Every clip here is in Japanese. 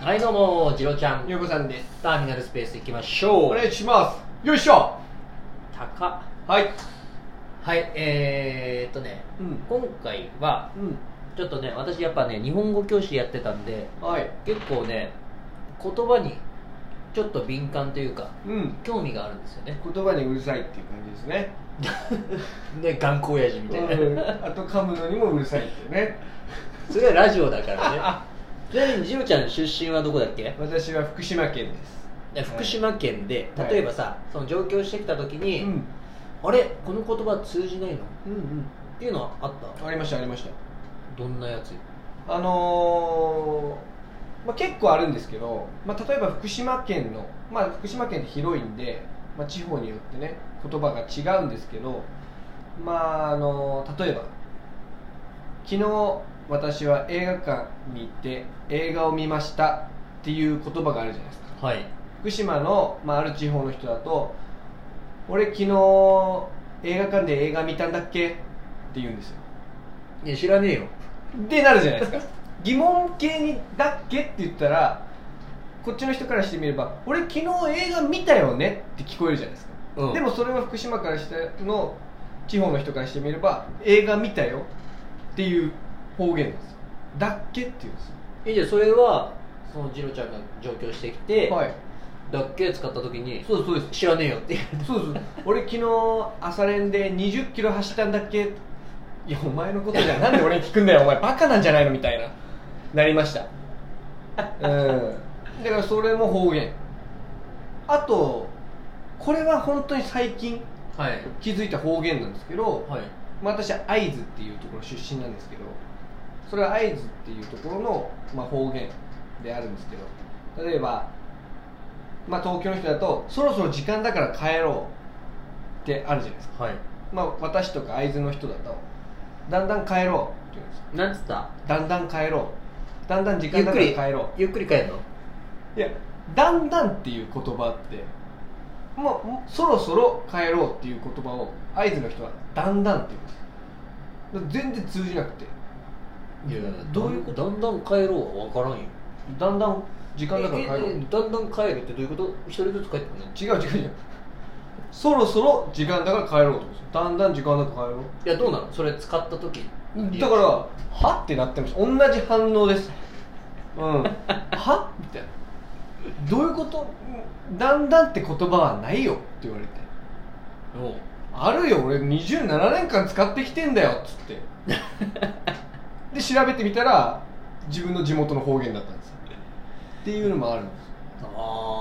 はいどうもジロちゃんゆうこさんです。ターミナルスペース行きましょおう願いします。よいしょ高っはい。はいえー、っとねうん。今回はうちょっとね私やっぱね日本語教師やってたんでん。はい。結構ね言葉にちょっと敏感というかうん。興味があるんですよ ね言葉にうるさいっていう感じですね。ね頑固親父みたいな、うん。あと噛むのにもうるさいっていうね。それはラジオだから ねちなみにジロちゃん出身はどこだっけ私は福島県です。ね福島県ではい例えばさ、その上京してきた時に、うん。あれこの言葉通じないのっうんうん。ていうのはあったありました、ありましどんなやつた。あのー、まあ、結構あるんですけど、まあ、例えば福島県の、まあ、福島県って広いんで、まあ、地方によってね、言葉が違うんですけど、まあ、あのー例えば、昨日私は映画館に行って映画を見ましたっていう言葉があるじゃないですかはい福島の、まあ、ある地方の人だと「俺昨日映画館で映画見たんだっけ?」って言うんですよいや知らねえよでなるじゃないですか疑問形に「だっけ?」って言ったらこっちの人からしてみれば「俺昨日映画見たよね?」って聞こえるじゃないですか、うんでもそれは福島からしての地方の人からしてみれば映画見たよっていう方言なんですよだっけって言うんですよえじゃあそれはそのジロちゃんが上京してきて、はいだっけ使った時にそうですそうです知らねえよって言われてそうそう俺昨日朝練で2 0キロ走ったんだっけいやお前のことじゃなんで俺に聞くんだよお前バカなんじゃないのみたいななりましたうんだからそれも方言あとこれは本当に最近はい気づいた方言なんですけど、はいまあ、私は会津っていうところ出身なんですけどそれは会津っていうところの、まあ、方言であるんですけど例えば、まあ、東京の人だと「そろそろ時間だから帰ろう」ってあるじゃないですか、はいまあ、私とか会津の人だと「だんだん帰ろう」って言うんですよなんつっただんだん帰ろう」「だんだん時間だから帰ろゆっくり帰るのう」いや「だんだん」っていう言葉ってもうもうそろそろ帰ろうっていう言葉を会津の人は「だんだん」って言うんですよだから全然通じなくていやどういうこだとんだん帰ろうは分からんよだんだん時間だから帰ろうえええだんだん帰るってどういうこと一人ずつ帰ってくるの違う違う違うそろそろ時間だから帰ろうってことですよだんだん時間だから帰ろいやどうなのそれ使った時うだからはってなってました同じ反応ですうん はみたいなどういうことだんだんって言葉はないよって言われておうあるよ俺27年間使ってきてんだよっつって で調べてみたら自分の地元の方言だったんですよっていうのもあるんです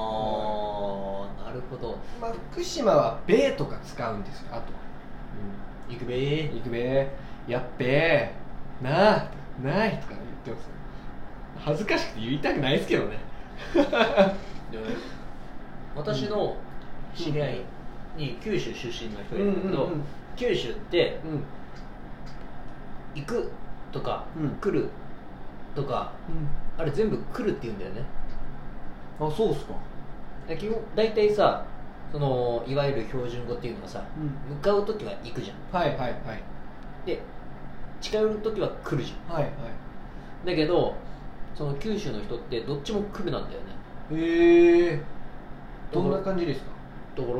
ああなるほど、まあ、福島は「べ」とか使うんですよあと「行くべーいくべ」「やっべ」「なあ」「ない」とか言ってます恥ずかしくて言いたくないですけどねで私の知り合いに九州出身の人がいるんだけど、うんうんうん九州ってうん行くとか、うん来るとかあれ全部来るって言うんだよねあそうっすかで基本大体さそのいわゆる標準語っていうのはさうん向かう時は行くじゃんはいはいはいで近寄る時は来るじはいはいゃんだけどその九州の人ってどっちも来るなんだよねへえどんな感じですかだから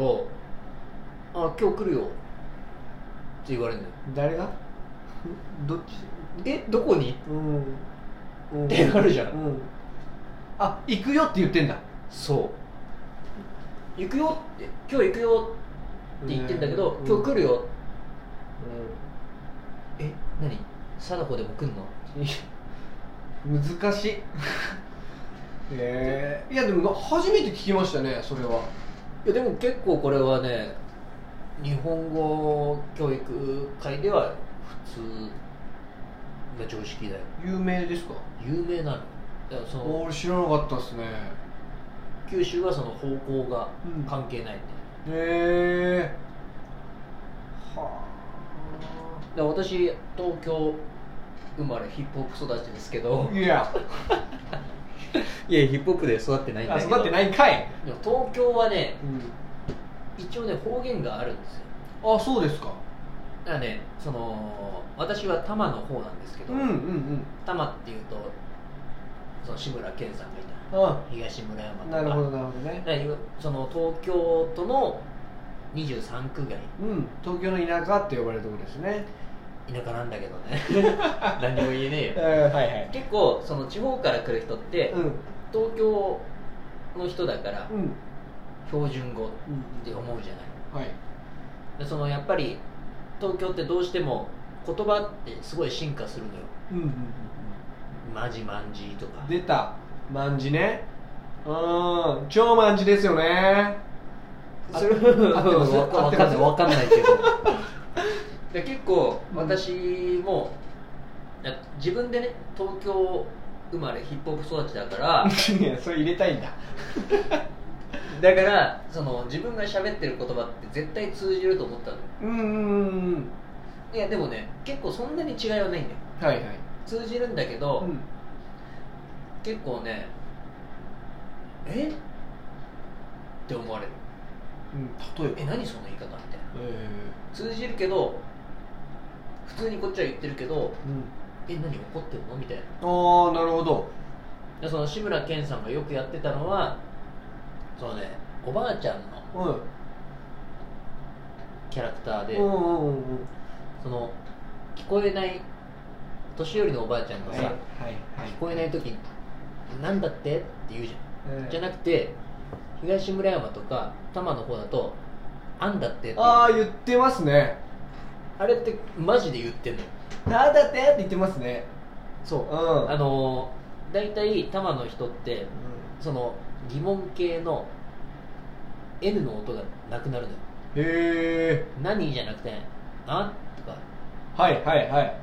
「あ今日来るよ」って言われるんだよ誰がどっちえどこにうん、うん、ってなるじゃんうん、あ行くよって言ってんだそう行くよって今日行くよって言ってんだけど、うん今日来るよえ何貞子でも来んの難 しいえー、いやでも初めて聞きましたねそれはいやでも結構これはね日本語教育界では普通が常識だよ有名ですか有名なのだからその俺知らなかったっすね九州はその方向がうん関係ないんだよ、へえはだから私東京生まれヒップホップ育ちですけどあいやいやヒップホップで育ってないんだあけど育ってないんかい、でも東京はねう一応ね方言があるんですよん、あそうですかだからねその私は多摩の方なんですけど、うんうん多摩っていうとその志村けんさんがいたう東村山とんかなるほどなるほどねね今その東京都の23区外うん東京の田舎って呼ばれるところですね田舎なんだけど ね何も言えねえよはいはい結構その地方から来る人って、うん東京の人だからうん標準語っうんて思うじゃないはいでそのやっぱり東京ってどうしても言葉ってすごい進化するのようんうんうんマジマンジとか出た卍ねうん超卍ですよねそれ合ってますは合っ分かんてまなすいわかん ないけどで結構うん私も、いや自分でね東京生まれヒップホップ育ちだから いやそれ入れたいんだだからその自分が喋ってる言葉って絶対通じると思ったのうんうんうんうんいやでもね結構そんなに違いはないんだよはいはい通じるんだけど、うん結構ねえって思われるうん例えばえ何その言い方みたいなえ通じるけど普通にこっちは言ってるけどーうんえ何怒ってるのみたいなああなるほどでその志村けんさんがよくやってたのはそのねおばあちゃんのうんキャラクターで、うんうんうんうんその聞こえない年寄りのおばあちゃんがさ、はい聞こえない時に「なんだって?」って言うじゃんじゃななくて東村山とか多摩の方だと「あんだって」って言うああ言ってますねあれってマジで言ってんのよなんだってって言ってますねそううんああのー大体多摩の人ってその疑問系の N の音がなくなるのよへえ何じゃなくて「あ」とかはいはいはい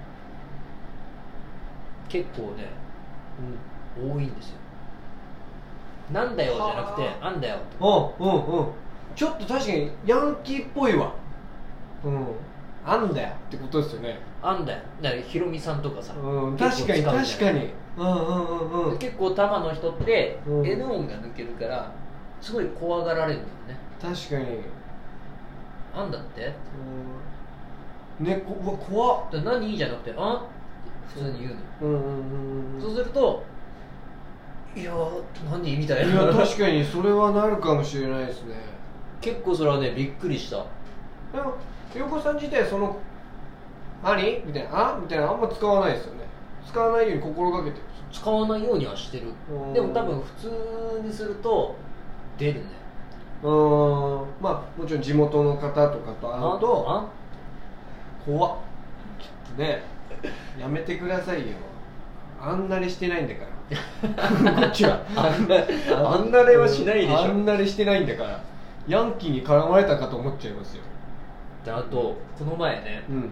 結構ね多いんですよなんだよじゃなくては「あんだよ」とかうんうんうんちょっと確かにヤンキーっぽいわうんあんだよってことですよね「あんだよ」だからヒロミさんとかさ、うん結確構使うかにじゃん確かにうんうんうんうん結構多摩の人ってうん N 音が抜けるからすごい怖がられるんだよね確かに「あんだって?」うんねこうわ怖っだから何じゃなくて「あ」って普通に言うのようんうんうんうんそうすると「いやー何?」みたいいやな確かにそれはなるかもしれないですね結構それはねびっくりしたでも陽子さん自体その「何?」みたいな「あみたいなあんま使わないですよね使わないように心がけてる使わないようにはしてるうんでも多分普通にすると出るねうーんまあもちろん地元の方とかと会うとあ怖っちょっとねやめてくださいよあんなれしてないんだから こっちはあんなあんなれはしないでしょあんなれしてないんだからヤンキーに絡まれたかと思っちゃいますよであとこの前ねうん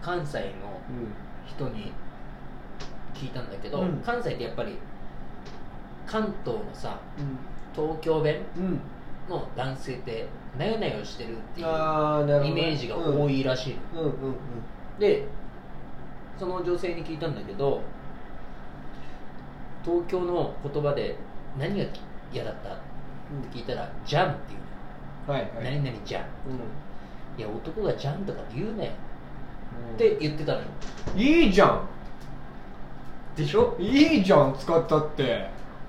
関西のうん人に聞いたんだけど、うん関西ってやっぱり関東のさうん東京弁うんの男性ってなよなよしてるっていうあーなるほどねイメージが多いらしいの、うんうんうんでその女性に聞いたんだけど東京の言葉で何が嫌だったって聞いたら「ジャン」っていううんはいの、はい何々ジャンういや男がジャンとかって言うなよんって言ってたのよいいじゃんでしょいいじゃん使ったって、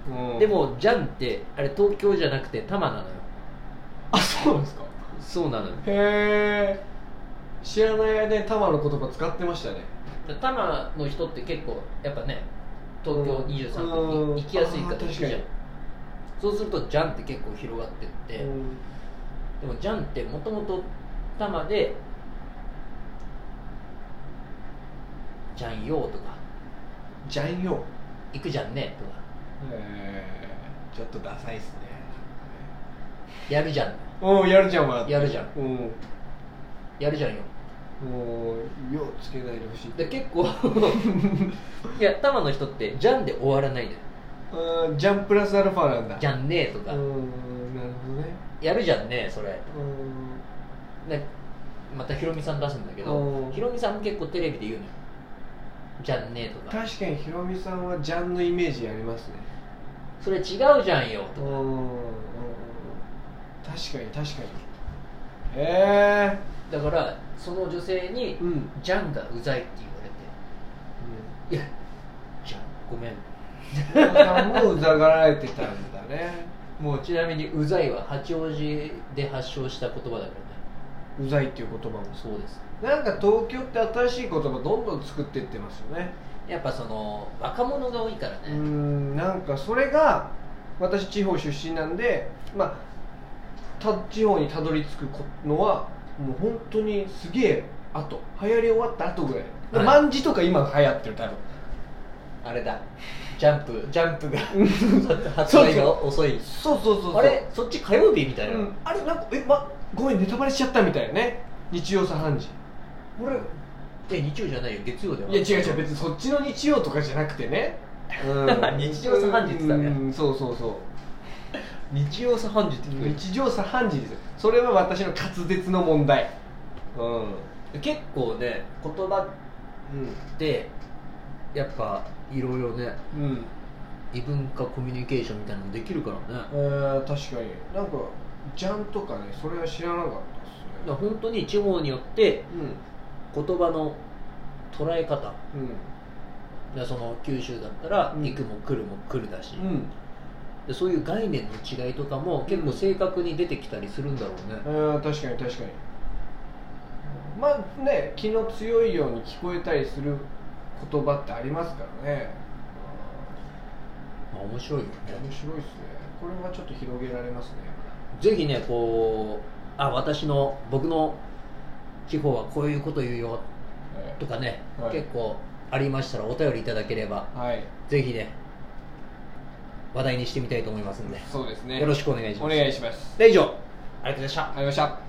うんでもジャンってあれ東京じゃなくて多摩なのよあそうなんですかそうなのよへえ知らない間にタマの言葉使ってましたね多摩の人って結構やっぱね東京う23ん区に行きやすいからあ行ーくじゃん確かそうするとジャンって結構広がってって、うんでもジャンってもともと多摩でジャンよーとかじゃんよ行くじゃんねとかへえちょっとダサいっすねやるじゃんうんやるじゃんはやるじゃんうんやるじゃんよもう「よ」つけないでほしいで結構いや多摩の人ってジャンで終わらないのようんジャンプラスアルファなんだじゃんねーとか、うんなるほどねやるじゃんねーそれうんでまたヒロミさん出すんだけうどんヒロミさんも結構テレビで言うのよじゃんねーとか確かにヒロミさんはジャンのイメージありますねそれ違うじゃんようとんかうんうん確かに確かにへえだからその女性にうん、 「ジャンがうざい」って言われて「いやジャンごめんお父さんもうざがられてたんだねもうちなみにうざいは八王子で発祥した言葉だからねうざいっていう言葉もそうですなんか東京って新しい言葉どんどん作っていってますよねやっぱその若者が多いからねうーんなんかそれが私地方出身なんでまあた地方にたどり着くこのはもう本当にすげえ後流行り終わった後ぐらいではい卍、とか今流行ってる多分あれだジャンプジャンプが発そう売が遅いそうそうそうそうあれそっち火曜日みたいな、うん、あれなんかえ、ま、ごめんネタバレしちゃったみたいなね日曜茶飯事俺え日曜じゃないよ月曜だよいや違う違う別にそっちの日曜とかじゃなくてね、うん 日曜茶飯事って言ってたねうんそうそうそう日曜茶飯事って聞こえる日常茶飯事ですよそれは私の滑舌の問題う結構ね言葉んってやっぱいろいろねうんうん異文化コミュニケーションみたいなのできるからねだえかー、確かになんかジャンとかねそれは知らなかったらっ本当に地方によってすね言葉の捉え方うんでその九州だったらうん行くも来るも来るだし、うんうんでそういう概念の違いとかも結構正確に出てきたりするんだろうねえ、ー、確かに確かにまあね気の強いように聞こえたりする言葉ってありますからねまあ、面白いよね面白いですねこれはちょっと広げられますねぜひねこうあ私の僕の地方はこういうこと言うよえとかね、はい結構ありましたらお便りいただければーはいぜひね話題にしてみたいと思いますんでそうですねよろしくお願いしおます願いしますで以上ありがとうございましたありがとうございました